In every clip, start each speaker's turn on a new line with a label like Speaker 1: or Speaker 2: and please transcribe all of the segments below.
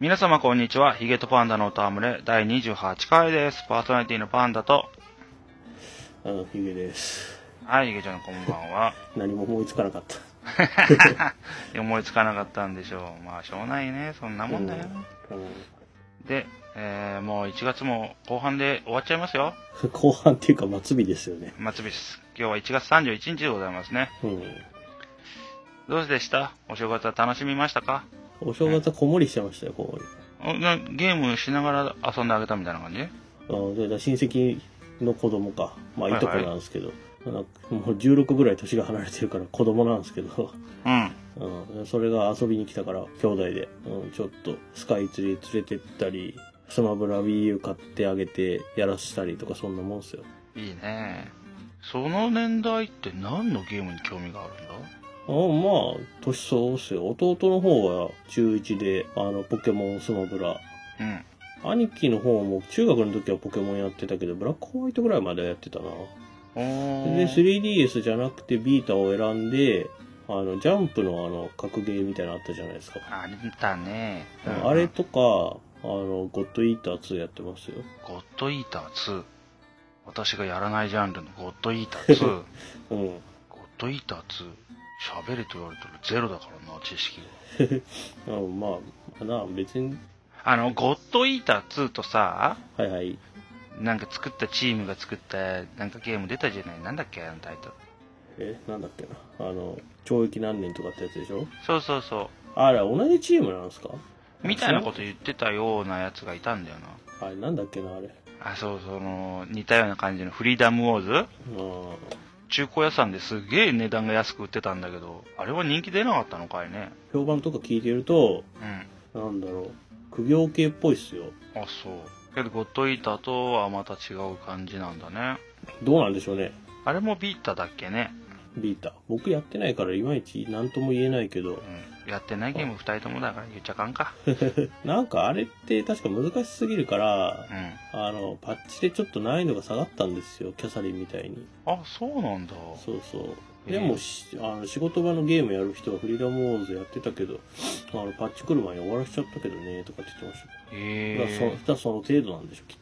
Speaker 1: 皆様こんにちは。ヒゲとパンダの歌むれ第28回です。パーソナリティのパンダと、
Speaker 2: あの、ヒゲです。
Speaker 1: はい、ヒゲちゃんこんばんは。
Speaker 2: 何も思いつかなかった。
Speaker 1: 思いつかなかったんでしょう。まあ、しょうないね。そんなもんだよ。
Speaker 2: うんうん
Speaker 1: で、えー、もう1月も後半で終わっちゃいますよ。
Speaker 2: 後半っていうか、末尾ですよね。
Speaker 1: 末日です。今日は1月31日でございますね。
Speaker 2: うん。
Speaker 1: どうでしたお正月は楽しみましたか
Speaker 2: お正月はこもりしてましたよ、こもり。
Speaker 1: おなゲームしながら遊んであげたみたいな感じ
Speaker 2: あそれだ親戚の子供か。まあ、
Speaker 1: はい
Speaker 2: い
Speaker 1: はい
Speaker 2: とこなんですけど。なんかもう16ぐらい年が離れてるから子供なんですけど、
Speaker 1: うん。
Speaker 2: うん、それが遊びに来たから兄弟で、うん、ちょっとスカイツリー連れてったりスマブラ WiiU 買ってあげてやらせたりとかそんなもんですよ
Speaker 1: いいね。その年代って何のゲームに興味があるんだ
Speaker 2: あまあ、年相応っすよ。弟の方は中1で、あの、ポケモンスマブラ。
Speaker 1: うん。
Speaker 2: 兄貴の方も中学の時はポケモンやってたけど、ブラックホワイトぐらいまでやってたな。
Speaker 1: おー
Speaker 2: で、3DS じゃなくてビータを選んで、あの、ジャンプのあの、格ゲーみたいなのあったじゃないですか。
Speaker 1: あったね。
Speaker 2: あれとか、あの、ゴッドイーター2やってますよ。
Speaker 1: ゴッドイーター2。私がやらないジャンルのゴッドイーター2。
Speaker 2: うん。
Speaker 1: ゴッドイーター2。喋れと言われてるゼロだからな、知識が。
Speaker 2: あのまあ、な、別に、
Speaker 1: あの、ゴッドイーター2とさ、
Speaker 2: はいはい。
Speaker 1: なんか作ったチームが作った、なんかゲーム出たじゃない。なんだっけ、あのタイトル。
Speaker 2: え、なんだっけな。あの、懲役何年とかってやつでしょ
Speaker 1: そうそうそ
Speaker 2: あれ、同じチームなんですか
Speaker 1: う。みたいなこと言ってたようなやつがいたんだよな。
Speaker 2: あれなんだっけなあれ
Speaker 1: あ、そう、その、似たような感じのフリーダムウォーズ
Speaker 2: うん
Speaker 1: 中古屋さんですげえ値段が安く売ってたんだけど、あれは人気出なかったのかいね。
Speaker 2: 評判とか聞いてると
Speaker 1: うん。
Speaker 2: なんだろう苦行系っぽいっすよ
Speaker 1: あ、そう。けど、ゴッドイーターとはまた違う感じなんだね。
Speaker 2: どうなんでしょうね
Speaker 1: あれもビータだっけね。
Speaker 2: ビータ僕やってないからいまいち何とも言えないけ
Speaker 1: う
Speaker 2: ど
Speaker 1: ん。やってないゲーム二人ともだから言っちゃかんか。うん。
Speaker 2: なんかあれって確か難しすぎるからあのパッチでちょっと難易度が下がったんですよキャサリンみたいに
Speaker 1: あ、そうなんだ。
Speaker 2: そうそう
Speaker 1: え
Speaker 2: でもしあの仕事場のゲームやる人はフリーダムウォーズやってたけどあのパッチ来る前に終わらしちゃったけどねとかって言ってましただからそ
Speaker 1: え
Speaker 2: だからその程度なんでしょきっ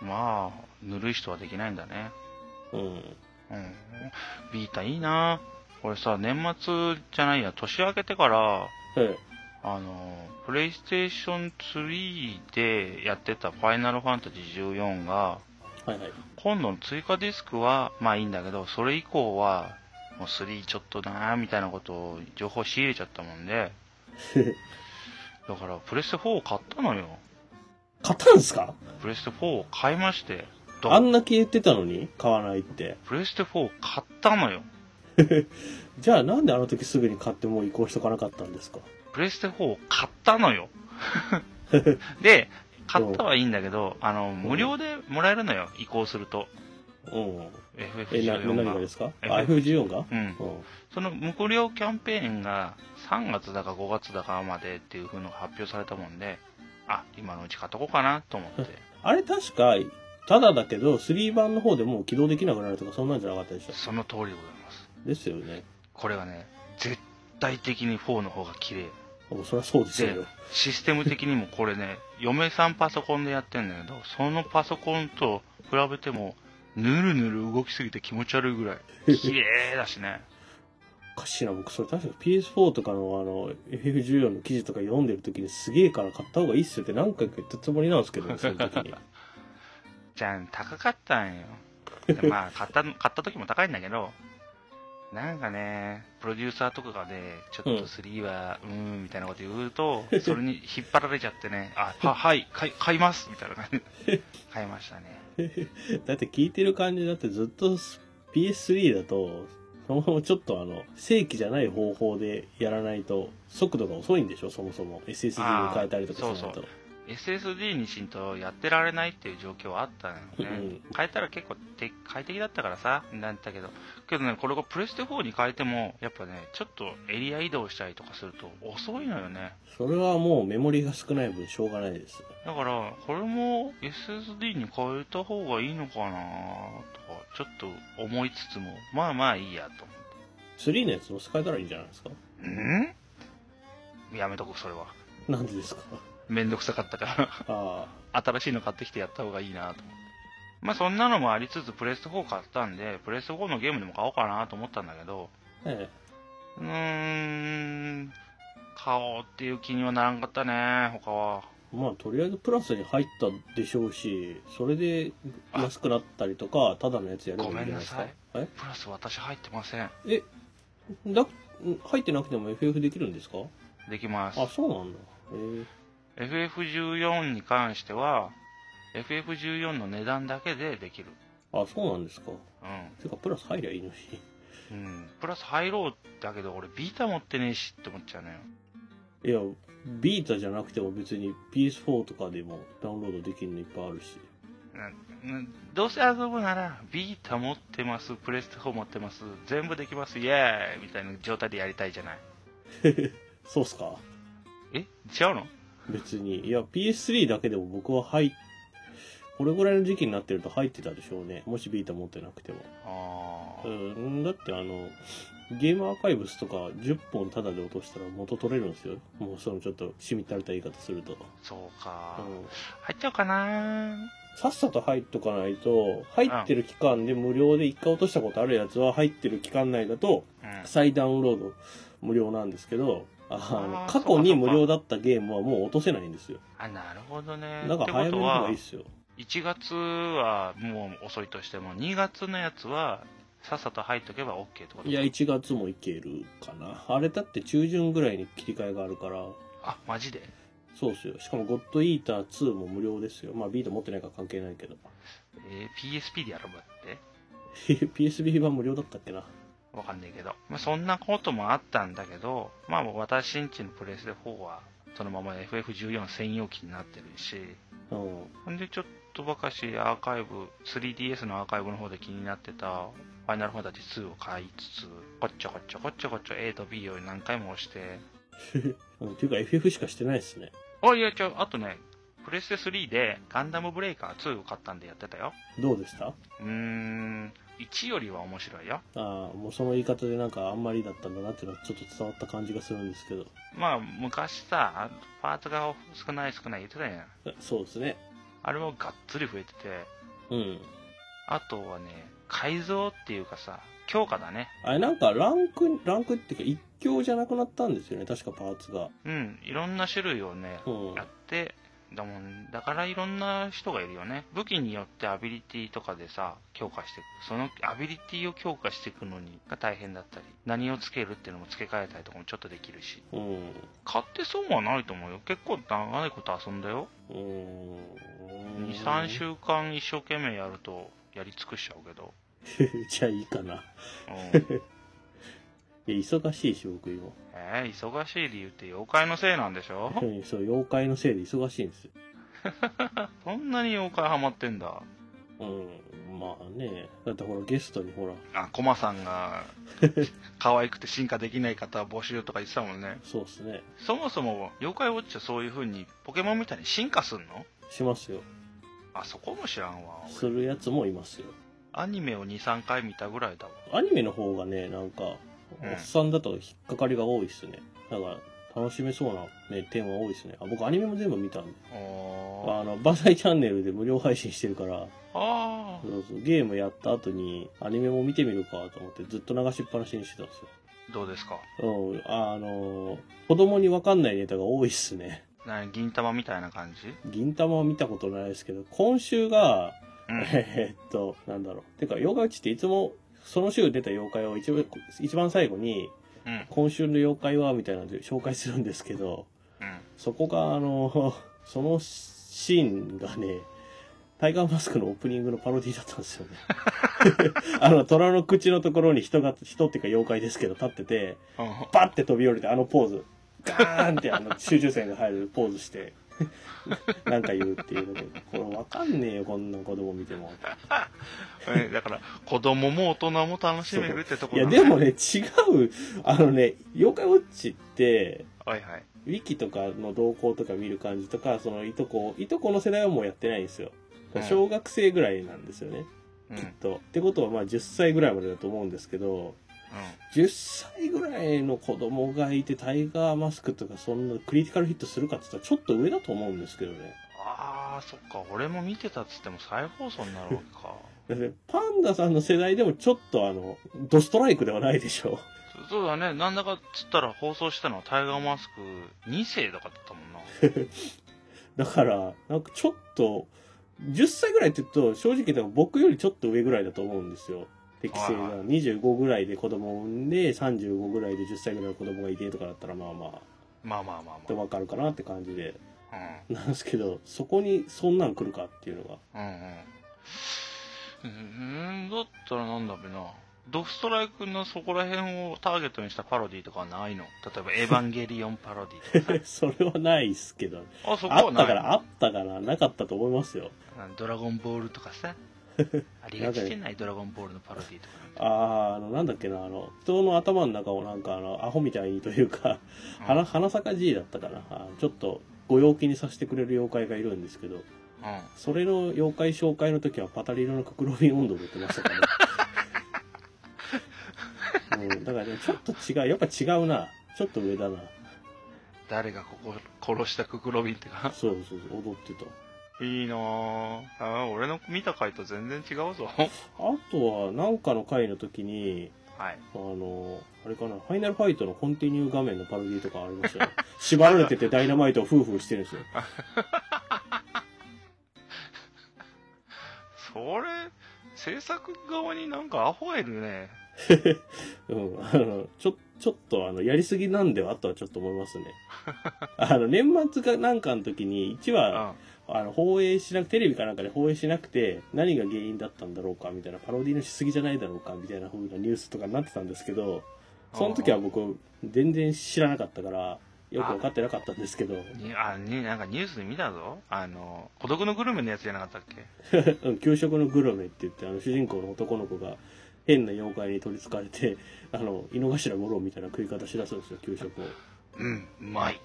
Speaker 1: えまあ、ぬるい人はできないんだね。
Speaker 2: とうん
Speaker 1: うん。ビータいいな俺さ、年末じゃないや、年明けてから、
Speaker 2: え
Speaker 1: あの、プレイステーション3でやってたファイナルファンタジー14が、
Speaker 2: えはいはい
Speaker 1: 今度の追加ディスクは、まあいいんだけど、それ以降は、もう3ちょっとなーみたいなことを情報仕入れちゃったもん で、だからプレステ4を買ったのよ。
Speaker 2: 買ったんすか
Speaker 1: プレステ4を買いまして、だ
Speaker 2: あんだけ言ってたのに買わないって。
Speaker 1: プレステ4を買ったのよ。
Speaker 2: じゃあなんであの時すぐに買ってもう移行しとかなかったんですか
Speaker 1: プレステ4を買ったの よ。 で、買ったはいいんだけど、あの、無料でもらえるのよ、移行すると。
Speaker 2: うん。え、な、
Speaker 1: FF14
Speaker 2: 何が
Speaker 1: が
Speaker 2: で。すか
Speaker 1: え
Speaker 2: ?iPhone14 が
Speaker 1: うん
Speaker 2: う。ん。
Speaker 1: その無料キャンペーンが3月だか5月だかまでっていう風のが発表されたもんで、あ、今のうち買っとこうかなと思って。
Speaker 2: あれ確か、ただだけど、3版の方でもう起動できなくなるとかそんなんじゃなかったでした
Speaker 1: その通りでございます。
Speaker 2: ですよね。
Speaker 1: これがね、絶対的に4の方が綺麗。
Speaker 2: もうそりゃそうです
Speaker 1: で
Speaker 2: よ。、
Speaker 1: システム的にもこれね、 嫁さんパソコンでやってんだけど、そのパソコンと比べても、ぬるぬる動きすぎて気持ち悪いぐらい。綺麗だしね。
Speaker 2: おかしいな、僕それ確か PS4 とかのあの、FF14 の記事とか読んでる時にすげえから買った方がいいっすよって何回か言ったつもりなんですけどね、その時に。
Speaker 1: じゃん、高かったんよ。でまあ、買った、買った時も高いんだけど、なんかね、プロデューサーとかがね、ちょっ
Speaker 2: うん
Speaker 1: と3は、うーん、みたいなこと言うと、それに引っ張られちゃってね、あ、は、はい、買い、買いますみたいな感じで買いましたね。
Speaker 2: だって聞いてる感じだってずっと PS3 だと、そのままちょっとあの、正規じゃない方法でやらないと、速度が遅いんでしょそもそも。SSD に変えたりとかしないと。
Speaker 1: あーそう SSD にしんとやってられないっていう状況はあったのよね。変えたら結構て快適だったからさ、なんだけど。けどね、これがプレステ4に変えても、やっぱね、ちょっとエリア移動したりとかすると遅いのよね。
Speaker 2: それはもうメモリが少ない分しょうがないです。
Speaker 1: だから、これも SSD に変えた方がいいのかなとか、ちょっと思いつつも、まあまあいいやと
Speaker 2: 3のやつも使えたらいいんじゃないですか
Speaker 1: 思って。んやめとこう、それは。
Speaker 2: なんでですか
Speaker 1: めんどくさかったから
Speaker 2: あ
Speaker 1: 新しいの買ってきてやった方がいいなと思って。まあそんなのもありつつ、プレステ4買ったんで、プレステ4のゲームでも買おうかなと思ったんだけど、
Speaker 2: あ、ね
Speaker 1: うーん、買おうっていう気にはならんかったね、他は。
Speaker 2: えまあとりあえずプラスに入ったでしょうしそれで安くなったりとかただのやつやればいいんじゃないですかえ
Speaker 1: プラス私入ってません。
Speaker 2: だ入ってなくても FF できるんですか
Speaker 1: できます
Speaker 2: あ。そうなんだへえ
Speaker 1: FF14 に関しては、FF14 の値段だけでできる。
Speaker 2: あそうなんですか
Speaker 1: うん。
Speaker 2: てかプラス入りゃいいのし
Speaker 1: うん。プラス入ろうだけど、俺ビータ持ってねえしって思っちゃうのよ。
Speaker 2: いやビータじゃなくても別に PS4 とかでもダウンロードできるのいっぱいあるし
Speaker 1: うんどうせ遊ぶなら、ビータ持ってます、プレステ4持ってます、全部できます、イエーイみたいな状態でやりたいじゃない。
Speaker 2: そうっすか
Speaker 1: え違うの
Speaker 2: 別にいや PS3 だけでも僕は入っこれぐらいの時期になってると入ってたでしょうねもしビータ持ってなくても
Speaker 1: あ
Speaker 2: う
Speaker 1: ー
Speaker 2: んだってあのゲームアーカイブスとか10本タダで落としたら元取れるんですよもうそのちょっとしみったれた言い方すると、
Speaker 1: そうか
Speaker 2: う。ん、
Speaker 1: 入っちゃおうかな。
Speaker 2: さっさと入っとかないと入ってる期間で無料で1回落としたことあるやつは入ってる期間内だと
Speaker 1: うん。
Speaker 2: 再ダウンロード無料なんですけどあ
Speaker 1: あ
Speaker 2: の
Speaker 1: ー
Speaker 2: 過去に無料だったゲームはもう落とせないんですよ
Speaker 1: あ、なるほどね。
Speaker 2: だから
Speaker 1: っ
Speaker 2: 早め
Speaker 1: て
Speaker 2: の
Speaker 1: こと
Speaker 2: 方
Speaker 1: は
Speaker 2: がいいっ、すよ
Speaker 1: 1月はもう遅いとしても、2月のやつは、さっさと入っとけば OK ってことか
Speaker 2: いや、1月もいけるかな。あれだって中旬ぐらいに切り替えがあるから、
Speaker 1: あ、マジで
Speaker 2: そうっすよ。しかも、ゴッドイーター2も無料ですよ。まあ、ビート持ってないから関係ないけど。
Speaker 1: えー PSP でやろうかって。
Speaker 2: PSB 版無料だったっけな。
Speaker 1: わかんないけど、まあ、そんなこともあったんだけど、まあ、私んちのプレステ4はそのまま FF14 専用機になってるし
Speaker 2: うん。
Speaker 1: ほんでちょっとばかしアーカイブ 3DS のアーカイブの方で気になってたファイナルファンタジー2を買いつつこっちょこっちょこっちょこっちょ A と B を何回も押して
Speaker 2: うん、っていうか、FF しかしてないっすね。
Speaker 1: あいやちょあとねプレステ3でガンダムブレイカー2を買ったんでやってたよ
Speaker 2: どうでしたあ
Speaker 1: うーん1よりは面白いよ
Speaker 2: あ、もうその言い方でなんかあんまりだったんだなっていうのはちょっと伝わった感じがするんですけど。
Speaker 1: まあ昔さパーツが少ない少ない言ってたやん
Speaker 2: あそうですね。
Speaker 1: あれもがっつり増えてて、
Speaker 2: うん。
Speaker 1: あとはね、改造っていうかさ、強化だね。
Speaker 2: あれなんかランク、ランクっていうか一強じゃなくなったんですよね。確かパーツが。
Speaker 1: うん、いろんな種類をね、
Speaker 2: うん
Speaker 1: や。って、だもん、だからいろんな人がいるよね。武器によってアビリティとかでさ、強化していく。そのアビリティを強化していくのにが大変だったり、何をつけるっていうのも付け替えたりとかもちょっとできるし。
Speaker 2: うん。
Speaker 1: 買って損はないと思うよ。結構長いこと遊んだよ。
Speaker 2: うーん
Speaker 1: 2、3週間一生懸命やると、やり尽くしちゃうけど。
Speaker 2: じゃあいいかな。
Speaker 1: うん。
Speaker 2: いや忙しいし、僕今。
Speaker 1: えー、忙しい理由って妖怪のせいなんでし ょ
Speaker 2: そう、妖怪のせいで忙しいんですよ。
Speaker 1: そんなに妖怪ハマってんだ
Speaker 2: うん、まあね。だってほら、ゲストにほら、
Speaker 1: あコマさんが可愛くて進化できない方は募集とか言ってたもんね
Speaker 2: そうっすね。
Speaker 1: そもそも妖怪ウォッチはそういう風にポケモンみたいに進化すんの
Speaker 2: しますよ。
Speaker 1: あそこも知らんわ
Speaker 2: するやつもいますよ。
Speaker 1: アニメを23回見たぐらいだわ
Speaker 2: アニメの方がね、なんか、
Speaker 1: うん
Speaker 2: おっさんだと引っかかりが多いっすね。だから、楽しめそうな、ね、点は多いっすね。あ、僕アニメも全部見たんで。
Speaker 1: おー
Speaker 2: あの、バンダイチャンネルで無料配信してるから、
Speaker 1: あ
Speaker 2: そうそうゲームやった後にアニメも見てみるかと思ってずっと流しっぱなしにしてたんですよ。
Speaker 1: ーどうですか
Speaker 2: うん、あの、子供にわかんないネタが多いっすね。
Speaker 1: な銀玉みたいな感じ
Speaker 2: 銀玉は見たことないですけど、今週が、
Speaker 1: うん
Speaker 2: えーっと、なんだろう。てか、妖怪ウチっていつも、その週出た妖怪を一番一番最後に、
Speaker 1: うん
Speaker 2: 今週の妖怪は、みたいなので紹介するんですけど、
Speaker 1: うん
Speaker 2: そこが、あの、 そのシーンがね、タイガーマスクのオープニングのパロディだったんですよね。 あの、虎の口のところに人が、人っていうか妖怪ですけど立ってて、
Speaker 1: うん
Speaker 2: バッて飛び降りてあのポーズガーンってあの集中線が入るポーズして なんか言うっていうのでこれわかんねえよこんな子供見ても
Speaker 1: えだから子供も大人も楽しめるってとこ
Speaker 2: い
Speaker 1: ろ
Speaker 2: や
Speaker 1: な
Speaker 2: でもね違うあのね「妖怪ウォッチ」って
Speaker 1: はいはい
Speaker 2: ウィキとかの動向とか見る感じとかそのいとこいとこの世代はもうやってないんですよ
Speaker 1: うん
Speaker 2: 小学生ぐらいなんですよね、
Speaker 1: う
Speaker 2: きっ
Speaker 1: ん
Speaker 2: とってことはまあ10歳ぐらいまでだと思うんですけど10歳ぐらいの子供がいてタイガーマスクとかそんなクリティカルヒットするかって言ったらちょっと上だと思うんですけどね。
Speaker 1: ああ、そっか、俺も見てたっつっても再放送になるわけか。
Speaker 2: だってパンダさんの世代でもちょっとあの、ドストライクではないでしょ
Speaker 1: そそうだね、なんだかっつったら放送したのはタイガーマスク2世とかだったもんな。
Speaker 2: う。だから、なんかちょっと、10歳ぐらいって言うと正直でも僕よりちょっと上ぐらいだと思うんですよ。適正
Speaker 1: はい
Speaker 2: が25ぐらいで子供を産んで35ぐらいで10歳ぐらいの子供がいてとかだったらまあまあ
Speaker 1: まあまあまあ
Speaker 2: で
Speaker 1: ま
Speaker 2: わかるかなって感じで
Speaker 1: あ。うん
Speaker 2: なんですけどそこにそんなん来るかっていうのが
Speaker 1: うんうん。うーん、だったらなんだべな。ドストライクのそこら辺をターゲットにしたパロディとかはないの例えば、エヴァンゲリオンパロディ とか
Speaker 2: それはないっすけど
Speaker 1: さ。あ、そこ
Speaker 2: あ
Speaker 1: は
Speaker 2: った
Speaker 1: な
Speaker 2: か
Speaker 1: いの
Speaker 2: らあったからなかったと思いますよ
Speaker 1: うんドラゴンボールとかさ。ありがちじゃない、ドラゴンボールのパロディとか
Speaker 2: あああのなんだっけなあの人の頭の中をなんかあのアホみたいにというか
Speaker 1: なん
Speaker 2: 花花咲か G だったかなあのちょっとご陽気にさせてくれる妖怪がいるんですけど
Speaker 1: て。うん。うん
Speaker 2: それの妖怪紹介の時はパタリロのククロビ温度で言ってましたから、ねうん、だからねちょっと違うやっぱ違うなちょっと上だな
Speaker 1: 誰がここ殺したククロビンってか
Speaker 2: そうそうそう踊ってた
Speaker 1: いいなぁあー俺の見た回と全然違うぞ
Speaker 2: あとはなんかの回の時に
Speaker 1: はい
Speaker 2: あのあれかなファイナルファイトのコンティニュー画面のパロディとかありましたよね縛られててダイナマイトをフーフーしてるんですよ
Speaker 1: それ制作側になんかアホがいるね
Speaker 2: うん、あの、ちょ、ちょっとあの、やりすぎなんではとはちょっと思いますね。あの、年末かなんかの時に、1
Speaker 1: う
Speaker 2: 話、
Speaker 1: ん
Speaker 2: あの、放映しなく、テレビかなんかで放映しなくて、何が原因だったんだろうか、みたいな、パロディのしすぎじゃないだろうか、みたいな風なニュースとかになってたんですけど、その時は僕、全然知らなかったから、よくわかってなかったんですけど、
Speaker 1: にあになんかニュースで見たぞあの孤独のグルメのやつじゃなかったっけ
Speaker 2: うん給食のグルメって言って、あの、主人公の男の子が、変な妖怪に取り憑かれて、 あの、井の頭五郎みたいな食い方しだすんですよ、給食を。
Speaker 1: うんうまい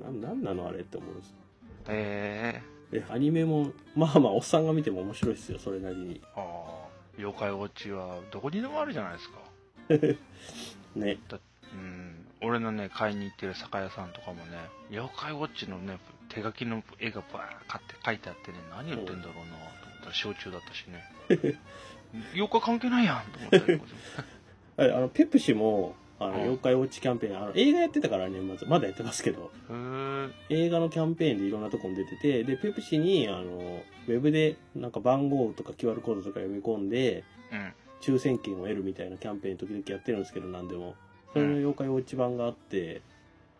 Speaker 2: ななんなのあれって思うんです
Speaker 1: え
Speaker 2: えアニメもまあまあおっさんが見ても面白いですよそれなり
Speaker 1: ー、
Speaker 2: に
Speaker 1: あー妖怪ウォッチはどこにでもあるじゃないですか
Speaker 2: ね
Speaker 1: うん俺のね買いに行ってる酒屋さんとかもね妖怪ウォッチのね手書きの絵がバーッって書いてあってね何売ってんだろうなと思ったら焼酎だったしね 妖怪関係ないやんと思った り
Speaker 2: あれあのペプシもあの
Speaker 1: うん
Speaker 2: 妖怪ウォッチキャンペーンあの映画やってたからねまずまだやってますけど
Speaker 1: へー
Speaker 2: 映画のキャンペーンでいろんなとこに出ててでペプシにあのウェブでなんか番号とか QR コードとか読み込んで
Speaker 1: うん
Speaker 2: 抽選券を得るみたいなキャンペーン時々やってるんですけど何でもそれの妖怪ウォッチ版があって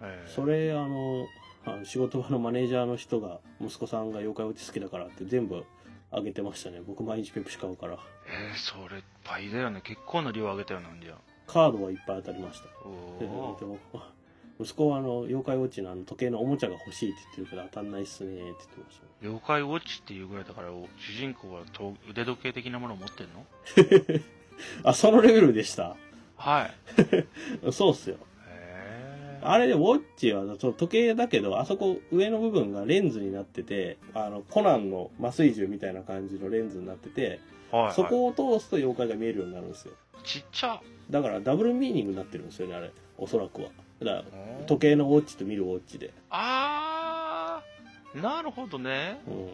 Speaker 1: えー
Speaker 2: それあのあの仕事場のマネージャーの人が息子さんが妖怪ウォッチ好きだからって全部あげてましたね僕毎日ペプシ買うから
Speaker 1: えーそれ倍だよね結構な量あげたよなんじゃ
Speaker 2: カードはいっぱい当たりました
Speaker 1: お
Speaker 2: でえ
Speaker 1: お
Speaker 2: っと 息子はあの妖怪ウォッチのあの時計のおもちゃが欲しいって言ってるから当たんないっすねって言ってましたね
Speaker 1: 妖怪ウォッチっていうぐらいだからお主人公はと腕時計的なものを持ってんの
Speaker 2: あそのレベルでした
Speaker 1: はい
Speaker 2: そうっすよ
Speaker 1: へえ
Speaker 2: あれでウォッチはその時計だけどあそこ上の部分がレンズになっててあのコナンの麻酔銃みたいな感じのレンズになってて
Speaker 1: はい、はい、
Speaker 2: そこを通すと妖怪が見えるようになるんですよ
Speaker 1: ちっちゃ
Speaker 2: だからダブルミーニングになってるんですよねあれおそらくはだから時計のウォッチと見るウォッチで、
Speaker 1: あーなるほどね
Speaker 2: うん、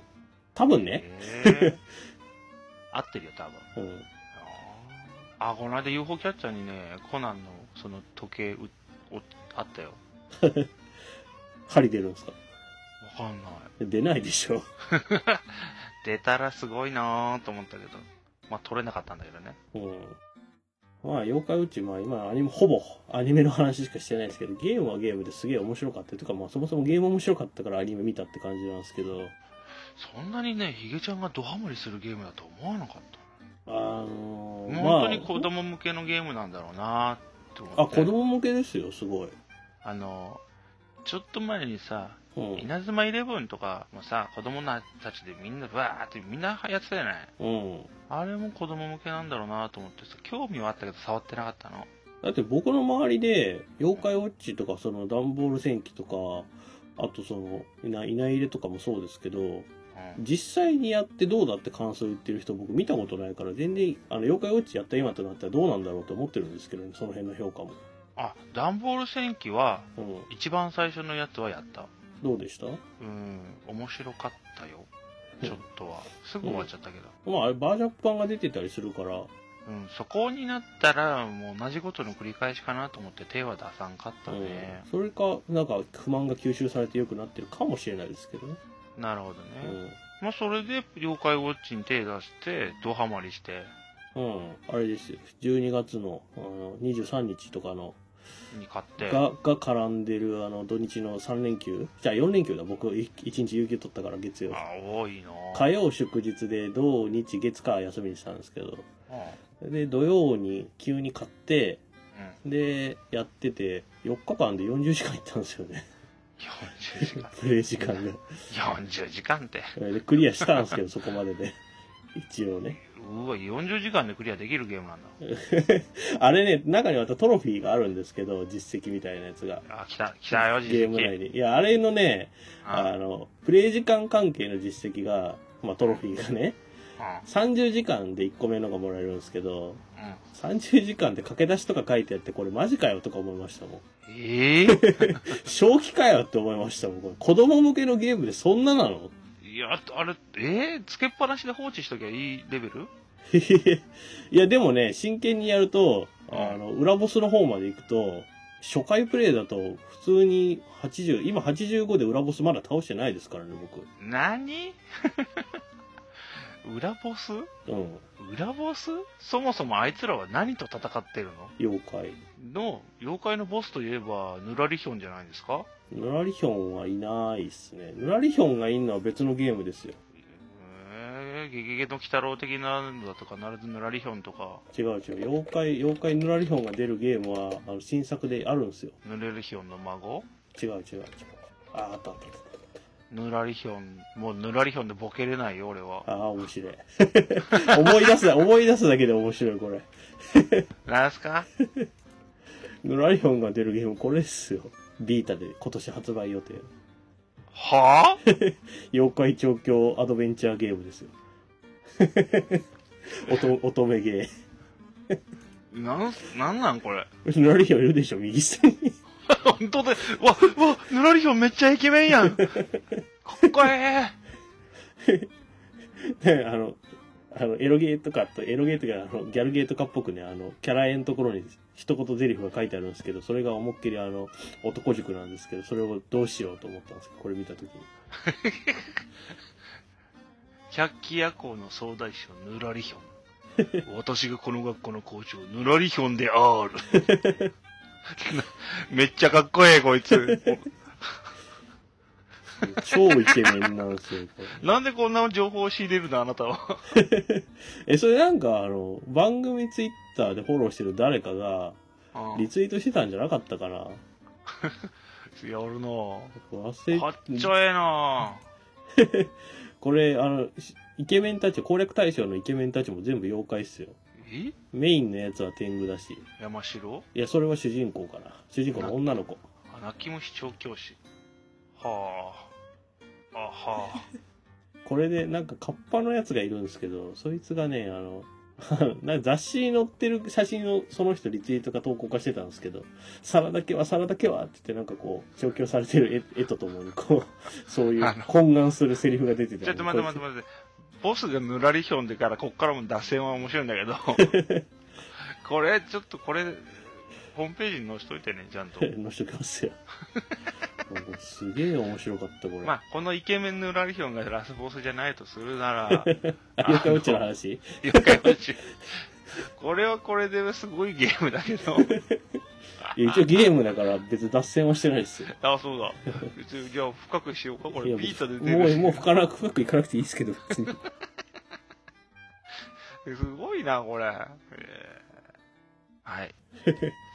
Speaker 2: 多分ね、
Speaker 1: えー合ってるよ多分
Speaker 2: うん、
Speaker 1: あーあこの間 UFO キャッチャーにねコナンのその時計うおあったよ
Speaker 2: 針出るんですか
Speaker 1: わかんない
Speaker 2: 出ないでしょ
Speaker 1: 出たらすごいなーと思ったけどまあ取れなかったんだけどね
Speaker 2: うんまあ妖怪ウォッチまあ今アニメほぼアニメの話しかしてないですけどゲームはゲームですげえ面白かったとかまあそもそもゲーム面白かったからアニメ見たって感じなんですけど
Speaker 1: そんなにねヒゲちゃんがドハマりするゲームだと思わなかった
Speaker 2: あのー
Speaker 1: 本当に子供向けのゲームなんだろうなって思って
Speaker 2: まあ、あ子供向けですよすごい、
Speaker 1: あのちょっと前にさ
Speaker 2: うん
Speaker 1: 稲妻イレブンとかもさ子供たちでみんなわーってみんなやってたじゃない
Speaker 2: うん、
Speaker 1: あれも子供向けなんだろうなと思ってさ興味はあったけど触ってなかったの
Speaker 2: だって僕の周りで妖怪ウォッチとかその段ボール戦記とかあとそのいない入れとかもそうですけど
Speaker 1: うん
Speaker 2: 実際にやってどうだって感想言ってる人僕見たことないから全然あの妖怪ウォッチやった今となったらどうなんだろうと思ってるんですけどねその辺の評価も、
Speaker 1: あダンボール戦記は
Speaker 2: うん、
Speaker 1: 一番最初のやつはやった
Speaker 2: どうでした
Speaker 1: うん面白かったよちょっとはすぐ終わっちゃったけど、
Speaker 2: まああれバージョンアップ版が出てたりするから
Speaker 1: うん、そこになったらもう同じことの繰り返しかなと思って手は出さんかったね、
Speaker 2: うん、それかなんか不満が吸収されて良くなってるかもしれないですけどね、
Speaker 1: なるほどね、
Speaker 2: うん
Speaker 1: まあそれで妖怪ウォッチに手出してドハマりして
Speaker 2: うん、あれですよ12月のあの23日とかの
Speaker 1: に買って
Speaker 2: がが絡んでるあの土日の3連休じゃあ4連休だ僕1日有給取ったから月曜
Speaker 1: あ多いの
Speaker 2: 火曜祝日で土日月火休みにしたんですけど
Speaker 1: うんうん
Speaker 2: で土曜に急に買ってでやってて4日間で40時間いったんですよね
Speaker 1: 40時間
Speaker 2: プレイ時間が
Speaker 1: 40時間って
Speaker 2: でクリアしたんですけどそこまでで一応ね
Speaker 1: うわ40時間でクリアできるゲームなんだ
Speaker 2: あれね中にまたトロフィーがあるんですけど実績みたいなやつが
Speaker 1: あ来た来たよ
Speaker 2: ゲーム内にいやあれのねあ
Speaker 1: あ
Speaker 2: のプレイ時間関係の実績が、まあ、トロフィーがね30時間で1個目のがもらえるんですけど
Speaker 1: うんうん
Speaker 2: 30時間で駆け出しとか書いてあってこれマジかよとか思いましたもん
Speaker 1: え え
Speaker 2: 正気かよって思いましたもんこれ子供向けのゲームでそんななの
Speaker 1: いやあれええつけっぱなしで放置しときゃいいレベル
Speaker 2: いやでもね真剣にやるとあの裏ボスの方まで行くと初回プレイだと普通に80今85で裏ボスまだ倒してないですからね
Speaker 1: 何 裏ボス
Speaker 2: 僕うん
Speaker 1: 裏ボスそもそもあいつらは何と戦ってるの
Speaker 2: 妖怪
Speaker 1: の妖怪のボスといえばヌラリヒョンじゃないですか
Speaker 2: ヌラリヒョンはいないっすね。ヌラリヒョンがいんのは別のゲームですよ。
Speaker 1: えー、ゲゲゲの鬼太郎的なのだとか、なるヌラリヒョンとか、
Speaker 2: 違う違う。妖怪、妖怪ヌラリヒョンが出るゲームは、あの、新作であるんですよ。
Speaker 1: ヌレルヒョンの孫
Speaker 2: 違う違う違う。あ、あったあっ
Speaker 1: ヌラリヒョン、もうヌラリヒョンでボケれないよ、俺は。
Speaker 2: た。ああ、面白い。 思い出すだ、思い出すだけで面白い、これ。
Speaker 1: なんすか
Speaker 2: ヌラリヒョンが出るゲーム、これっすよ。ビータで今年発売予定。
Speaker 1: はぁ、
Speaker 2: 妖怪調教アドベンチャーゲームですよ。 乙乙女ゲ
Speaker 1: なんす、なんなんこれ。
Speaker 2: ー。ヌラリヒョンいるでしょ、右下に。
Speaker 1: 本当だよ。わ、わ、ヌラリヒョンめっちゃイケメンやん。かっこえ
Speaker 2: ねあの、あの、エロゲーとかと、エロゲーとか、あの、ギャルゲーとかっぽくね、あの、キャラ絵のところに一言ゼリフが書いてあるんですけど、それが思いっきりあの、男塾なんですけど、それをどうしようと思ったんですけど、これ見たときに。
Speaker 1: え。百鬼夜行の総大将、ヌラリヒョン。私がこの学校の校長、ヌラリヒョンである。 めっちゃかっこええ、こいつ。
Speaker 2: 超イケメンなんですよ、これ。
Speaker 1: なんでこんな情報を仕入れるのあなたは。
Speaker 2: え、それなんかあの、番組ツイッターでフォローしてる誰かが、リツイートしてたんじゃなかったかな
Speaker 1: やるなぁ。
Speaker 2: 忘れ
Speaker 1: かっちょええな
Speaker 2: これ、あの、しイケメンたち、攻略対象のイケメンたちも全部妖怪っすよ。
Speaker 1: ぁ。え
Speaker 2: メインのやつは天狗だし。
Speaker 1: 山城
Speaker 2: いや、それは主人公かな。主人公の女の子。
Speaker 1: あ泣き虫調教師。はぁ。あは
Speaker 2: これでなんかカッパのやつがいるんですけどそいつがねあの なんか雑誌に載ってる写真をその人リツイートか投稿かしてたんですけど「皿だけは皿だけは」って言ってなんかこう調教されてる絵絵とともにこうそうい
Speaker 1: あ
Speaker 2: う
Speaker 1: の
Speaker 2: 懇願するセリフが出て
Speaker 1: ぁ。
Speaker 2: た
Speaker 1: ちょっと待って待って
Speaker 2: 待
Speaker 1: 待って。ボスがぬらりひょんでから、こっからも脱線は面白いんだけ ど。これ、ちょっとこれ、ホームページに載せといてね、ちゃん と。
Speaker 2: 載せときますよもうすげえ面白かったこれ、
Speaker 1: まあ、このイケメンぬらりひょんがラスボスじゃないとするな ら、
Speaker 2: あ妖怪ウォッチの話
Speaker 1: 妖怪ウォッチこれはこれですごいゲームだけ ど。
Speaker 2: いや一応ゲームだから別に脱線はしてないですよ
Speaker 1: あ、そうだ。別にじゃあ深くしようか。こ
Speaker 2: い
Speaker 1: れ
Speaker 2: や
Speaker 1: ビータで出
Speaker 2: も
Speaker 1: る
Speaker 2: う
Speaker 1: し。
Speaker 2: もう深ら深くいかなくていいですけど別に
Speaker 1: すごいな、これ。えー はい。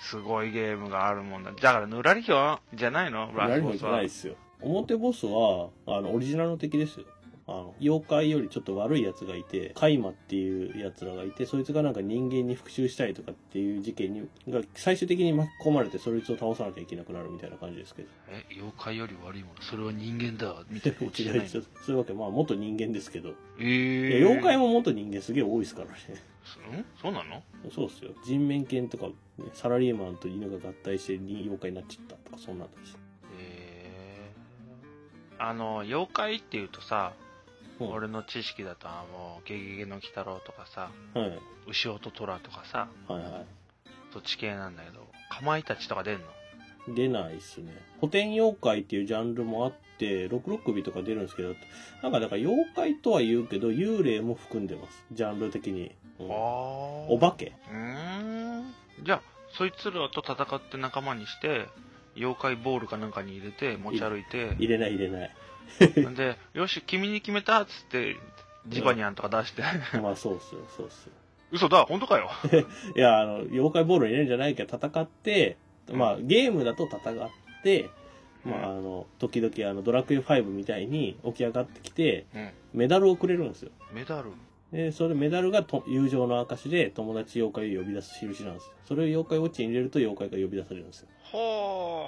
Speaker 1: すごいゲームがあるもんだ。だから、ぬらりひょんじゃないのラ
Speaker 2: 何
Speaker 1: ス
Speaker 2: も
Speaker 1: ボ
Speaker 2: 言っ
Speaker 1: ス
Speaker 2: てな
Speaker 1: はい
Speaker 2: で。すよ。表ボスは、あの、オリジナルの敵ですよ。あの、妖怪よりちょっと悪い奴がいて、カイマっていう奴らがいて、そいつがなんか人間に復讐したいとかっていう事件に、が最終的に巻き込まれて、そいつを倒さなきゃいけなくなるみたいな感じで すけど。
Speaker 1: え、妖怪より悪いもの、それは人間だ、み たいなオチじゃ
Speaker 2: 違
Speaker 1: な
Speaker 2: う、
Speaker 1: い
Speaker 2: そ
Speaker 1: の
Speaker 2: ういうわけ、まあ元人間ですけど。
Speaker 1: え
Speaker 2: い
Speaker 1: ー
Speaker 2: や、妖怪も元人間すげえ多いですからね。
Speaker 1: そんそうなの
Speaker 2: そうっすよ。人面犬とか、ね、サラリーマンと犬が合体して人妖怪になっちゃったとか、そんなんだし。
Speaker 1: えーあの、妖怪っていうとさ、
Speaker 2: うん
Speaker 1: 俺の知識だと、あの、ゲゲゲの鬼太郎とかさ、
Speaker 2: はい。
Speaker 1: 牛音虎とかさ、
Speaker 2: はいは
Speaker 1: そっち系なんだけど、かまいたちとか出んの
Speaker 2: い。出ないっすね。古典妖怪っていうジャンルもあって、六六首とか出るんですけど、なんかだから妖怪とは言うけど、幽霊も含んでます。ジャンル的に。うんお
Speaker 1: お
Speaker 2: 化け
Speaker 1: うーん。じゃあ、そいつらと戦って仲間にして、妖怪ボールかなんかに入れて、持ち歩いて、
Speaker 2: 入れない入 れない。
Speaker 1: んで、よし、君に決めたっつって、ジバニャンとか出して、
Speaker 2: まあそうっすよ、そうっすよ。
Speaker 1: 嘘だ、本当かよ。
Speaker 2: いや、あの、妖怪ボールに入れるんじゃないけど、戦って、まあ、
Speaker 1: う
Speaker 2: ゲームだと戦って、まあ、
Speaker 1: う
Speaker 2: あの、時々、あの、ドラクエ5みたいに起き上がってきて、
Speaker 1: うん。
Speaker 2: メダルをくれるんですよ。
Speaker 1: メダル。
Speaker 2: で、それメダルがと友情の証で、友達妖怪を呼び出す印なんですよ。それを妖怪ウォッチに入れると妖怪が呼び出されるんですよ。
Speaker 1: ほ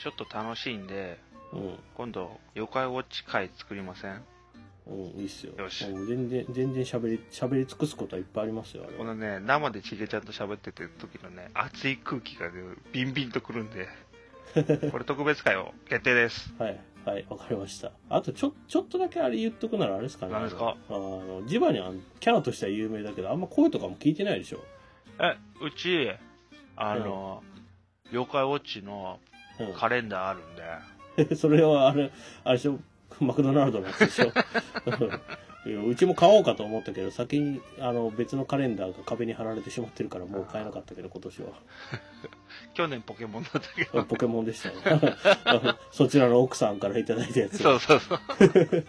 Speaker 1: ー。ちょっと楽しいんで、
Speaker 2: う
Speaker 1: 今度、妖怪ウォッチ会作りません
Speaker 2: ん。うん、いいっすよ。
Speaker 1: よし
Speaker 2: もう全然、全然喋り、喋り尽くすことはいっぱいありますよ、あれ
Speaker 1: この
Speaker 2: は。
Speaker 1: ね、生でちげちゃんと喋ってて時のね、熱い空気がね、ビンビンとくるん で、これ特別会を決定です。
Speaker 2: はい、はい、わかりました。あと、ちょ、ちょっとだけあれ言っとくならあれですかね。
Speaker 1: 何ですか
Speaker 2: あの、ジバニャン、キャラとしては有名だけど、あんま声とかも聞いてないでしょ。
Speaker 1: え、うち、あの、妖怪ウォッチのカレンダーあるんで、
Speaker 2: うん。それは、あれ、あれでしょ、マクドナルドのやつでしょ。 うんいやうちも買おうかと思ったけど、先に、あの、別のカレンダーが壁に貼られてしまってるから、もう買えなかったけど、今年は。
Speaker 1: 去年ポケモンだったけ
Speaker 2: うん
Speaker 1: ど、
Speaker 2: ポケモンでしたね。うん そちらの奥さんからいただいたやつ。
Speaker 1: そうそうそう。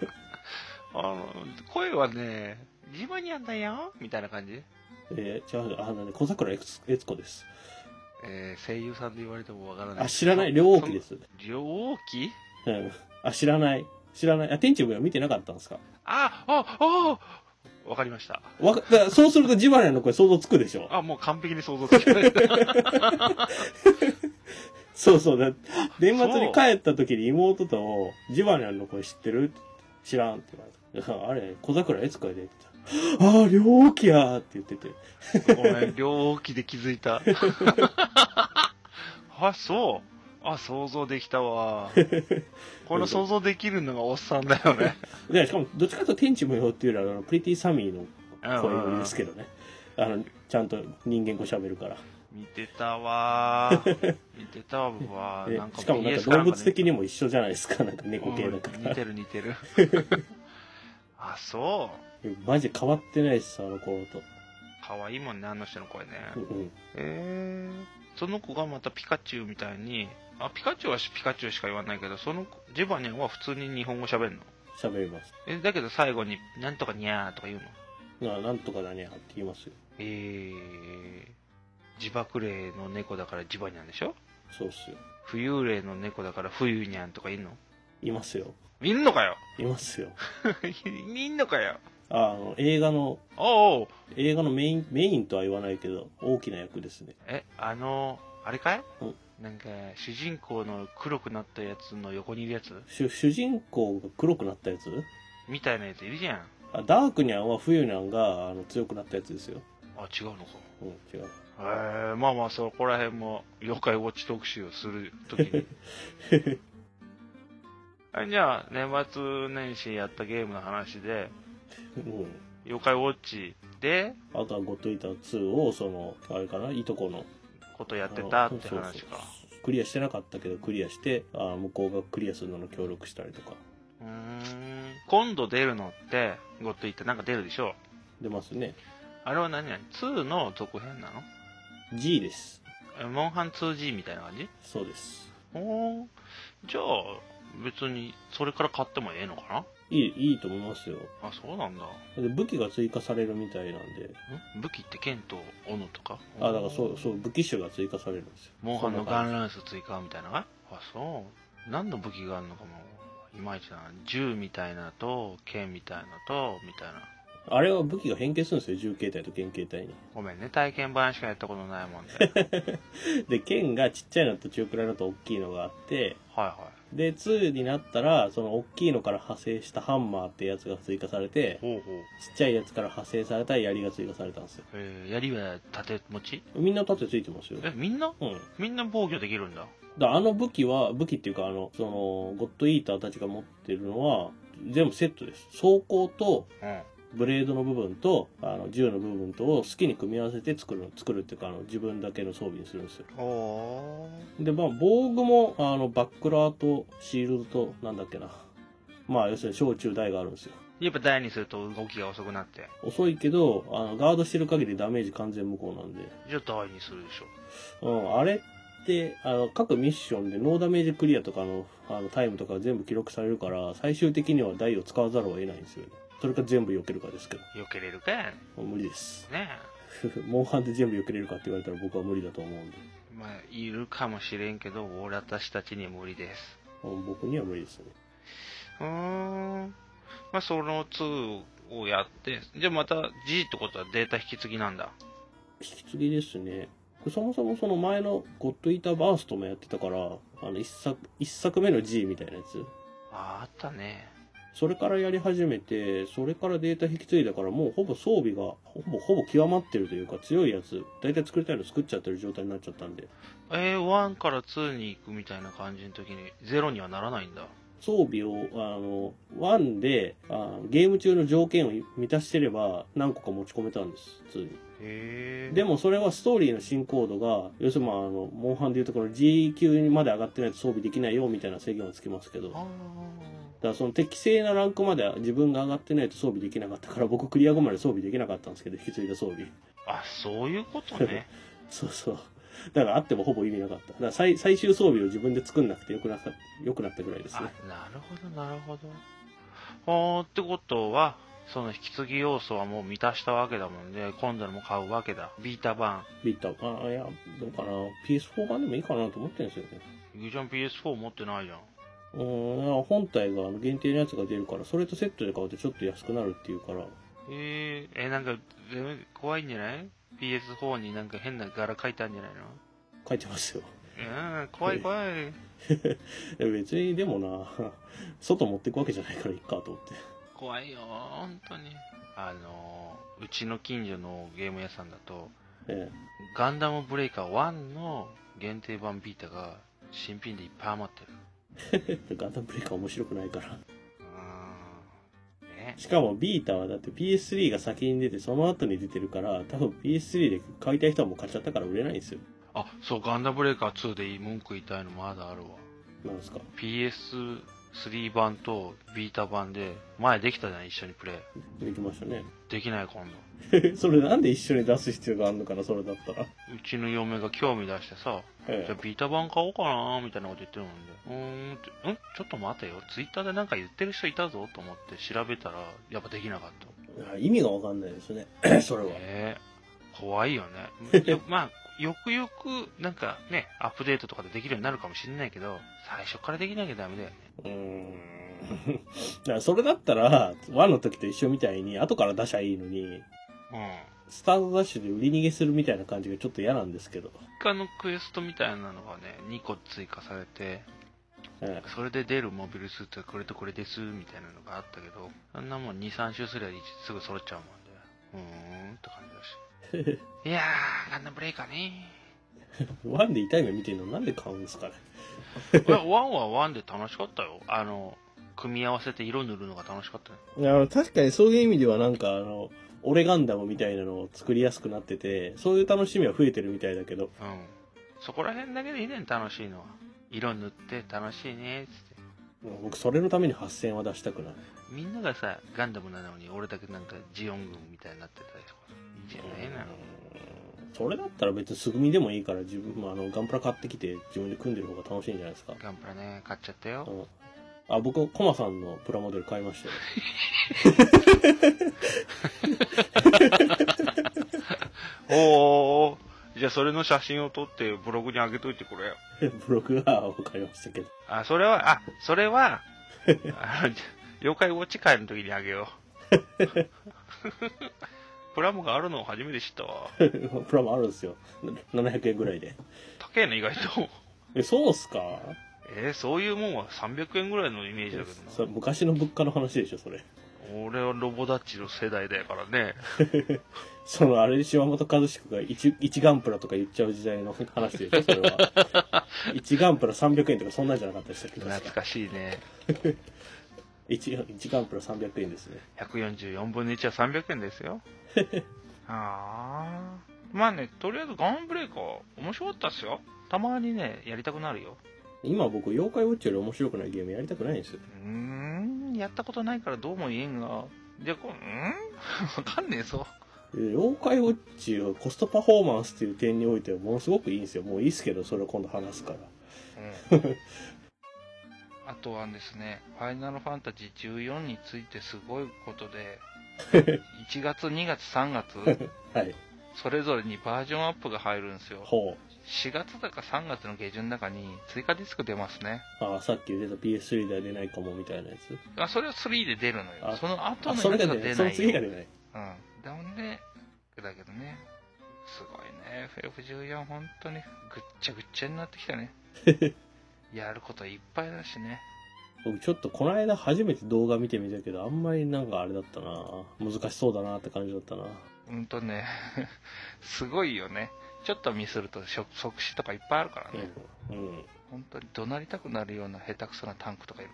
Speaker 1: あの、声はね、ジバニャンだよみたいな感じ
Speaker 2: えー違う、あのね、小桜悦子です。
Speaker 1: えー声優さんで言われてもわからない。
Speaker 2: あ、知らない、両王
Speaker 1: そ
Speaker 2: 期
Speaker 1: ん
Speaker 2: です。
Speaker 1: 両王旗
Speaker 2: うん。あ、知らない。知らない。あ、天地部は見てなかったんですか
Speaker 1: あ、あ、あ、わかりました。
Speaker 2: わかだからそうするとジバニャンの声想像つくでしょ
Speaker 1: あ、もう完璧に想像つきま した。
Speaker 2: そうそうだ。年末に帰った時に妹と、ジバニャンの声知ってる知らんって言われて。あれ、小桜悦子やで。って言ったら ああ、両家やって言ってて。
Speaker 1: ごめん、両機で気づいた。 あ、そう。あ、想像できたわ。この想像できるのがおっさんだよね。
Speaker 2: で、しかも、どっちかというと天地無用っていうよりは、あの、プリティサミーの声よりですけどね。あの、ちゃんと人間語喋るから。
Speaker 1: 見てたわ。見てた わ。
Speaker 2: で
Speaker 1: なんか
Speaker 2: しかもなんか
Speaker 1: BS
Speaker 2: 動
Speaker 1: なん
Speaker 2: 物的にも一緒じゃないですか。なんか猫系だか
Speaker 1: うん
Speaker 2: ら
Speaker 1: 似。てる似 てる。あ、そう。
Speaker 2: マジ変わってないです、あの頃と。
Speaker 1: 可愛いもんね、あの人の声ね。
Speaker 2: うんうん。
Speaker 1: えー、その子がまたピカチュウみたいに、あ、ピカチュウはピカチュウしか言わないけど、その子ジバニャンは普通に日本語喋るの
Speaker 2: 喋ります。
Speaker 1: え、だけど最後に、なんとかにゃーとか言うの
Speaker 2: ななんとかだね、って言いますよ。
Speaker 1: えー、自爆霊の猫だからジバニャンでしょ
Speaker 2: そうっすよ。
Speaker 1: 浮遊霊の猫だから冬にゃんとかいんの
Speaker 2: いますよ。
Speaker 1: いんの かよ
Speaker 2: いますよ。
Speaker 1: いんのかよ
Speaker 2: あの、映画の、
Speaker 1: おうおう
Speaker 2: 映画のメイン、メインとは言わないけど、大きな役ですね。
Speaker 1: え、あのあれかい
Speaker 2: うん
Speaker 1: なんか、主人公の黒くなったやつの横にいるやつ
Speaker 2: 主主人公が黒くなったやつ
Speaker 1: みたいなやついるじゃん。
Speaker 2: あダークニャンは冬ニャンがあの強くなったやつですよ。
Speaker 1: あ、違うのか。
Speaker 2: うん、違う。
Speaker 1: えー、まあまあそこら辺も妖怪ウォッチ特集をするとき にはいじゃあ年末年始やったゲームの話で
Speaker 2: うん。
Speaker 1: 妖怪ウォッチで
Speaker 2: あとはゴッドイーター2を、その、あれかな、いとこの。
Speaker 1: ことやって
Speaker 2: あ
Speaker 1: たっ
Speaker 2: の
Speaker 1: て
Speaker 2: そうそう
Speaker 1: 話
Speaker 2: そう
Speaker 1: か
Speaker 2: クリアしてなかったけど、クリアして、あ向こうがクリアするのに協力したりとか。
Speaker 1: うーん今度出るのってゴッドイってなんか出るでしょ
Speaker 2: 出ますね。
Speaker 1: あれは何や2の続編なの
Speaker 2: G です。
Speaker 1: えモンハン 2G みたいな感じ
Speaker 2: そうです。
Speaker 1: おーじゃあ別にそれから買ってもええのかない
Speaker 2: い、いいと思いますよ。
Speaker 1: あそうなんだ
Speaker 2: で武器が追加されるみたいなんで、
Speaker 1: ん武器って剣と斧とか
Speaker 2: あ、だからそう、そう、武器種が追加されるんですよ。
Speaker 1: モンハンの
Speaker 2: そんな
Speaker 1: ガ
Speaker 2: 感
Speaker 1: ンランス追加みたいなのがあそう何の武器があるのかもいまいちだな銃みたいなのと剣みたいなのとみたいな
Speaker 2: あれは武器が変形するんですよ、銃形態と剣形態に。
Speaker 1: ごめんね体験版しかやったことない もんではい
Speaker 2: で、剣がちっちゃいのと中くらいのと大きいのがあって、
Speaker 1: は
Speaker 2: で、2になったら、その大きいのから派生したハンマーってやつが追加されて
Speaker 1: い、ほうほう、
Speaker 2: ちっちゃいやつから派生された槍が追加されたんですよ。
Speaker 1: えー、槍は盾持ち
Speaker 2: みんな盾ついてますよ。
Speaker 1: えみんな
Speaker 2: うん。
Speaker 1: みんな防御できるんだ
Speaker 2: だあの武器は、武器っていうか、あの、その、ゴッドイーターたちが持ってるのは、全部セットです。装甲と、
Speaker 1: うん
Speaker 2: ブレードの部分と、あの、銃の部分とを好きに組み合わせて作るの、作るっていうか、あの、自分だけの装備にするんですよ。
Speaker 1: お
Speaker 2: で、まあ、防具も、あの、バックラーとシールドと、なんだっけな。まあ、要するに小中大があるんですよ。
Speaker 1: やっぱ台にすると動きが遅くなって
Speaker 2: 遅いけど、あの、ガードしてる限りダメージ完全無効なんで。
Speaker 1: じゃあ台にするでしょ
Speaker 2: うん、あれって、あの、各ミッションでノーダメージクリアとかの、あの、タイムとか全部記録されるから、最終的には台を使わざるを得ないんですよね。それか全部避けるかですけど。
Speaker 1: 避けれるかやね
Speaker 2: もう無理です。
Speaker 1: え
Speaker 2: モンハンで全部避けれるかって言われたら僕は無理だと思うんで。
Speaker 1: まあいるかもしれんけど俺私たちに無理です
Speaker 2: うん僕には無理ですね。
Speaker 1: うーんまあその2をやってじゃあまた G ってことはデータ引き継ぎなんだ
Speaker 2: 引き継ぎですねそもそもその前の「ゴッドイーターバースト」もやってたからあの一作一作目の G みたいなやつ
Speaker 1: あああったね
Speaker 2: それからやり始めてそれからデータ引き継いだからもうほぼ装備がほぼほぼ極まってるというか強いやつ大体作りたいの作っちゃってる状態になっちゃったんで
Speaker 1: えー、1から2に行くみたいな感じの時にゼロにはならないんだ
Speaker 2: 装備をあの1であゲーム中の条件を満たしてれば何個か持ち込めたんです普通に
Speaker 1: へえ
Speaker 2: でもそれはストーリーの進行度が要するにまああのモンハンでいうところ G 級にまで上がってないと装備できないよみたいな制限はつけますけど
Speaker 1: あ
Speaker 2: だからその適正なランクまで自分が上がってないと装備できなかったから僕クリア後まで装備できなかったんですけど引き継いだ装備
Speaker 1: ーあそういうこと ね
Speaker 2: そうそうだからあってもほぼ意味なかっただから最最終装備を自分で作んなくてよくなかよくなったぐらいです
Speaker 1: あ
Speaker 2: ね
Speaker 1: なるほどなるほどあーってことはその引き継ぎ要素はもう満たしたわけだもんね今度のも買うわけだビータ版
Speaker 2: ビーターあいやどうかな PS4 版でもいいかなと思ってるんですよね
Speaker 1: ゆきちゃん PS4 持ってないじゃん
Speaker 2: うーん本体があの限定のやつが出るからそれとセットで買うとちょっと安くなるっていうから
Speaker 1: えー、えなんかえ怖いんじゃない ?PS4 になんか変な柄書いてあるんじゃないの
Speaker 2: 書いてますよ
Speaker 1: うん怖い怖い
Speaker 2: いや別にでもな外持ってくわけじゃないからいっかと思って
Speaker 1: 怖いよ本当にあのーうちの近所のゲーム屋さんだと
Speaker 2: え
Speaker 1: 「ガンダムブレイカー1」の限定版ビータが新品でいっぱい余ってる
Speaker 2: え ガンダムブレイカー面白くないから
Speaker 1: うーんね
Speaker 2: しかもビータはだって PS3 が先に出てその後に出てるから多分 PS3 で買いたい人はもう買っちゃったから売れないんですよ
Speaker 1: あそうガンダムブレイカー2でいい文句言いたいのまだあるわ
Speaker 2: なんですか
Speaker 1: PS3 版とビータ版で前できたじゃん一緒にプレイ
Speaker 2: できましたね
Speaker 1: できない今度
Speaker 2: それなんで一緒に出す必要があるのかなそれだったら、
Speaker 1: うちの嫁が興味出してさ、
Speaker 2: え
Speaker 1: じゃあビータ版買おうかなみたいなこと言ってるもんで、うーんって、んちょっと待てよ、ツイッターでなんか言ってる人いたぞと思って調べたら、やっぱできなかった。
Speaker 2: え意味がわかんないですねそれは
Speaker 1: ねえ怖いよ ね。よまあ、よくよく、なんかね、アップデートとかでできるようになるかもしれないけど、最初からできなきゃダメだよね。
Speaker 2: うーんだから それだったら1の時と一緒みたいに後から出しゃいいのに
Speaker 1: うん。
Speaker 2: スタートダッシュで売り逃げするみたいな感じがちょっと嫌なんですけど、
Speaker 1: 他のクエストみたいなのがね、2個追加されて、
Speaker 2: え
Speaker 1: それで出るモビルスーツはこれとこれですみたいなのがあったけどあんなもん23周すりゃすぐ揃っちゃうもんでうーんって感じだしいやーガンダムブレイカーね
Speaker 2: え、1で痛い目見てるのなんで買うんですかね
Speaker 1: いやワンはワンで楽しかったよあの組み合わせて色塗るのが楽しかったね
Speaker 2: いや確かにそういう意味ではなんかあの、俺ガンダムみたいなのを作りやすくなってて、そういう楽しみは増えてるみたいだけど、
Speaker 1: うんそこら辺だけでいいねん楽しいのは色塗って楽しいねっつって
Speaker 2: 僕それのために8000円は出したくない。
Speaker 1: みんながさガンダムなのに俺だけなんかジオン軍みたいになってたりとかいいじゃないな
Speaker 2: うんそれだったら別に素組みでもいいから自分、まあ、あの、ガンプラ買ってきて自分で組んでる方が楽しいんじゃないですか。
Speaker 1: ガンプラね買っちゃった
Speaker 2: う
Speaker 1: よ
Speaker 2: ん。あ、僕、コマさんのプラモデル買いましたよ。
Speaker 1: おーおーおーじゃあそれの写真を撮って ブログに上げといてくれよ
Speaker 2: ブログはわかりましたけど。
Speaker 1: あ、それは、あ、それは、あの妖怪ウォッチ会の時にあげよう。プラモがあるのを初めて知ったわ。
Speaker 2: プラモあるんですよ。な700円ぐらいで。
Speaker 1: 高えね、意外と。
Speaker 2: え、そうっすか
Speaker 1: えーそういうもんは300円ぐらいのイメージだけ
Speaker 2: そ
Speaker 1: ど
Speaker 2: れ昔の物価の話でしょ、それ。
Speaker 1: な。俺はロボダッチの世代だからね。
Speaker 2: その、あれで島本和彦が一一ガンプラとか言っちゃう時代の話でしょ、それは。 一ガンプラ300円とかそんなんじゃなかったでしたっけど、
Speaker 1: 懐かしいね。
Speaker 2: 一一ガンプラ300円ですね。
Speaker 1: 144分の1は300円ですよ。ああ。まあね、とりあえずガンブレイカー面白かったっすよ。たまにね、やりたくなるよ。
Speaker 2: 今僕、妖怪ウォッチより面白くないゲームやりたくないんですよ。
Speaker 1: うーん、やったことないからどうも言えんが。じゃあ、こう、うん わかんねえぞ。
Speaker 2: えー妖怪ウォッチはコストパフォーマンスという点においてはものすごくいいんですよ。もういいですけど、それを今度話すから。
Speaker 1: あとはですね、ファイナルファンタジー14についてすごいことで、1月、2月、3月、
Speaker 2: はい。
Speaker 1: それぞれにバージョンアップが入るんですよ。
Speaker 2: ほう。
Speaker 1: 4月だか3月の下旬だかに追加ディスク出ますね。
Speaker 2: ああ、さっき言ってた PS3 では出ないかもみたいなやつ。
Speaker 1: あ、それは3で出るのよ。
Speaker 2: あ
Speaker 1: その後
Speaker 2: あ、
Speaker 1: の
Speaker 2: それ
Speaker 1: やつ
Speaker 2: が
Speaker 1: が
Speaker 2: ね、
Speaker 1: 出
Speaker 2: その
Speaker 1: ない
Speaker 2: 次
Speaker 1: よ。
Speaker 2: が出ない。
Speaker 1: うん。だもんで、だけどね、すごいね、FF14 本当にぐっちゃぐっちゃになってきた ね。やることいっぱいだしね。
Speaker 2: 僕ちょっとこの間初めて動画見てみたけど、あんまりなんかあれだったな難しそうだなって感じだったな
Speaker 1: うんとね、 すごいよね。ちょっとミスると即即死とかいっぱいあるからね。
Speaker 2: うん。うん。
Speaker 1: 本当に怒鳴りたくなるような下手くそなタンクとかいる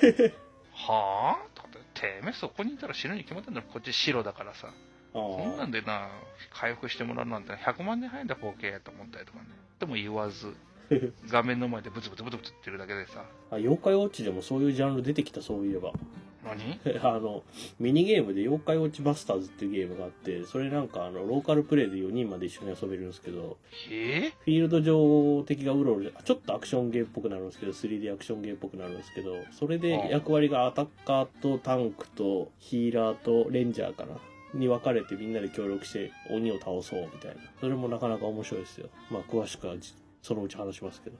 Speaker 1: からね。はぁとかって、てめえそこにいたら死ぬに決まってんだろ。こっち白だからさ。こんな
Speaker 2: あ
Speaker 1: んでな、回復してもらうなんて100万年早いんだ、光景やと思ったりとかね。でも言わず、画面の前でブツブツブツブツ言ってるだけでさ、
Speaker 2: あ。あ、妖怪ウォッチでもそういうジャンル出てきた、そういえば。
Speaker 1: 何
Speaker 2: あの、ミニゲームで妖怪ウォッチバスターズっていうゲームがあって、それなんかあの、ローカルプレイで4人まで一緒に遊べるんですけど、
Speaker 1: え
Speaker 2: フィールド上敵がうろうろ、ちょっとアクションゲーっぽくなるんですけど、3D アクションゲーっぽくなるんですけど、それ
Speaker 1: ああ
Speaker 2: で役割がアタッカーとタンクとヒーラーとレンジャーかな。に分かれてみんなで協力して鬼を倒そうみたいな。それもなかなか面白いですよ。まあ詳しくはじそのうち話しますけど。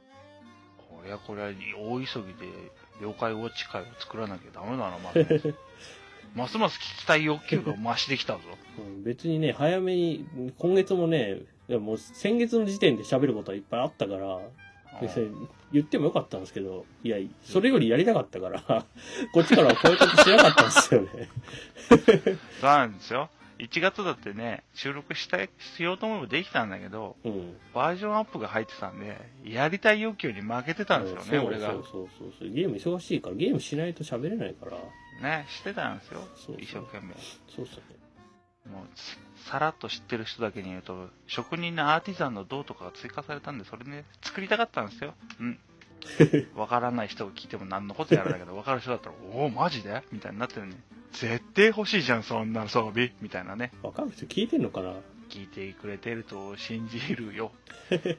Speaker 1: こりゃこりゃ大急ぎで妖怪ウォッチ会を作らなきゃダメだな、まずねますます聞きたい欲求が増してきたぞ。
Speaker 2: うん、別にね、早めに、今月もね、いやもう先月の時点で喋ることはいっぱいあったから、別
Speaker 1: うん
Speaker 2: に言ってもよかったんですけど、いや、それよりやりたかったから、 こっちからはこういうことしなかったんですよね。
Speaker 1: そうなんですよ。1月だってね、収録したい、しようと思えばできたんだけど、
Speaker 2: うん。
Speaker 1: バージョンアップが入ってたんで、やりたい欲求に負けてたんですよね、
Speaker 2: そう
Speaker 1: 俺が
Speaker 2: そ。うそうそうそう。ゲーム忙しいから、ゲームしないと喋れないから、
Speaker 1: ね、してたんですよ
Speaker 2: そうそう、
Speaker 1: 一生懸命。
Speaker 2: そうっすね。
Speaker 1: もうつさらっと知ってる人だけに言うと職人のアーティザンの銅とかが追加されたんでそれね作りたかったんですようんわからない人が聞いても何のことやらないけどわかる人だったら「おおマジで?」みたいになってるね絶対欲しいじゃんそんな装備みたいなね
Speaker 2: わかる人聞いてんのかな
Speaker 1: 聞いてくれてると信じるよだか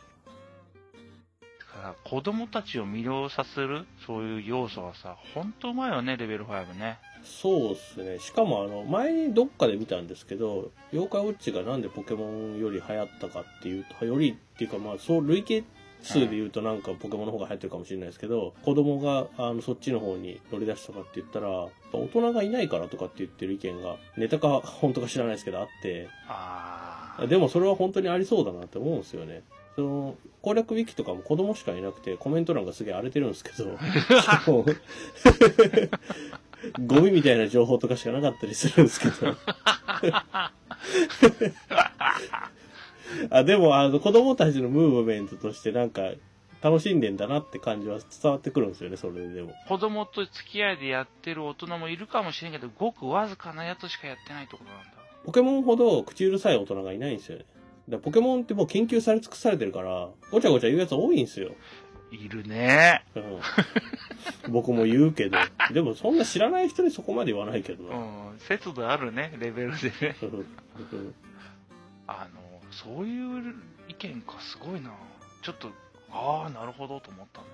Speaker 1: ら子供たちを魅了させるそういう要素はさ本当うまいよねレベル5ね
Speaker 2: そうっすね。しかも、あの、前にどっかで見たんですけど、妖怪ウォッチがなんでポケモンより流行ったかっていうと、よりっていうか、まあ、そう、累計数で言うとなんかポケモンの方が流行ってるかもしれないですけど、子供が、あの、そっちの方に乗り出したかって言ったら、やっぱ大人がいないからとかって言ってる意見が、ネタか本当か知らないですけどあって、
Speaker 1: ああ
Speaker 2: でもそれは本当にありそうだなって思うんですよね。その攻略ウィキとかも子供しかいなくてコメント欄がすげえ荒れてるんですけどもうゴミみたいな情報とかしかなかったりするんですけどあでもあの子供たちのムーブメントとしてなんか楽しんでんだなって感じは伝わってくるんですよねそれでも
Speaker 1: 子供と付き合いでやってる大人もいるかもしれんけどごくわずかなやつしかやってないってことなんだ
Speaker 2: ポケモンほど口うるさい大人がいないんですよねだからポケモンってもう研究され尽くされてるからごちゃごちゃ言うやつ多いんですよ
Speaker 1: いるね
Speaker 2: うん、僕も言うけど、でもそんな知らない人にそこまで言わないけど
Speaker 1: う
Speaker 2: な。
Speaker 1: ん節度あるねレベルでね
Speaker 2: うん
Speaker 1: あのそういう意見かすごいなちょっとああなるほどと思ったね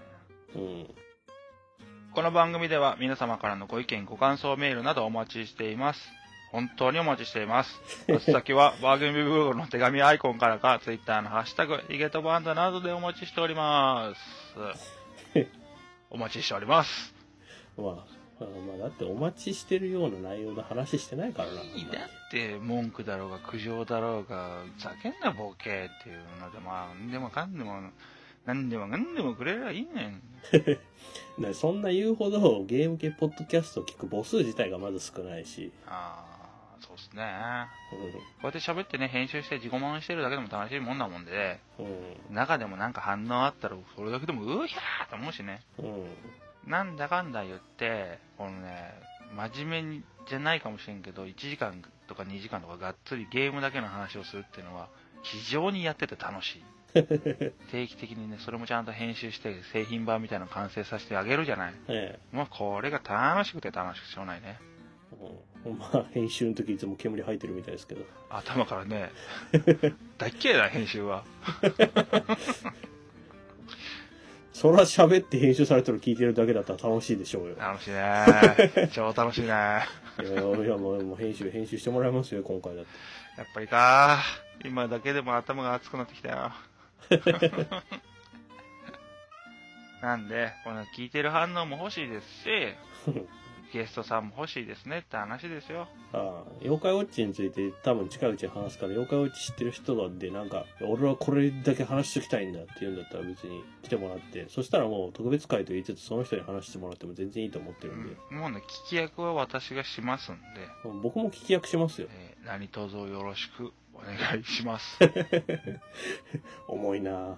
Speaker 2: うん
Speaker 1: この番組では皆様からのご意見ご感想メールなどお待ちしています本当にお待ちしています。お先は番組ブログの手紙アイコンからか、ツイッターのハッシュタグ、イゲトバンドなどでお待ちしております。お待ちしております。
Speaker 2: まあ、まあまあ、だってお待ちしてるような内容の話してないからな。
Speaker 1: いいだって文句だろうが苦情だろうがふざけんなボケっていうのでまあ何でもかんでも何でも何でもくれればいいねん
Speaker 2: ねそんな言うほどゲーム系ポッドキャストを聞く母数自体がまず少ないし、
Speaker 1: ああそうっすね
Speaker 2: う
Speaker 1: こうやって喋ってね編集して自己満してるだけでも楽しいもんだもんで
Speaker 2: ん、
Speaker 1: 中でもなんか反応あったらそれだけでもうひゃーと思うしね
Speaker 2: うん、うん、
Speaker 1: なんだかんだ言ってこのね真面目にじゃないかもしれんけど1時間とか2時間とかがっつりゲームだけの話をするっていうのは非常にやってて楽しい定期的にねそれもちゃんと編集して製品版みたいなの完成させてあげるじゃない
Speaker 2: ええ、
Speaker 1: もうこれが楽しくて楽しくしょうがないね
Speaker 2: うん、まあ、編集の時いつも煙吐いてるみたいですけど、
Speaker 1: 頭からね大っ嫌いだ編集は
Speaker 2: そら喋って編集されてるの聞いてるだけだったら楽しいでしょうよ。
Speaker 1: 楽しいね超楽しいねや
Speaker 2: いや、いやもう、もう編集、編集してもらいますよ、今回だって。
Speaker 1: っぱりか今だけでも頭が熱くなってきた よなんでこの聞いてる反応も欲しいですしゲストさんも欲しいですねって話ですよ
Speaker 2: ああ、妖怪ウォッチについて多分近いうちに話すから、妖怪ウォッチ知ってる人なんで、なんか、俺はこれだけ話しておきたいんだっていうんだったら別に来てもらって、そしたらもう特別会と言いつつその人に話してもらっても全然いいと思ってるんで、
Speaker 1: うんもうね聞き役は私がしますんで、
Speaker 2: 僕も聞き役しますよ。
Speaker 1: えー何卒よろしくお願いします
Speaker 2: 重いなあ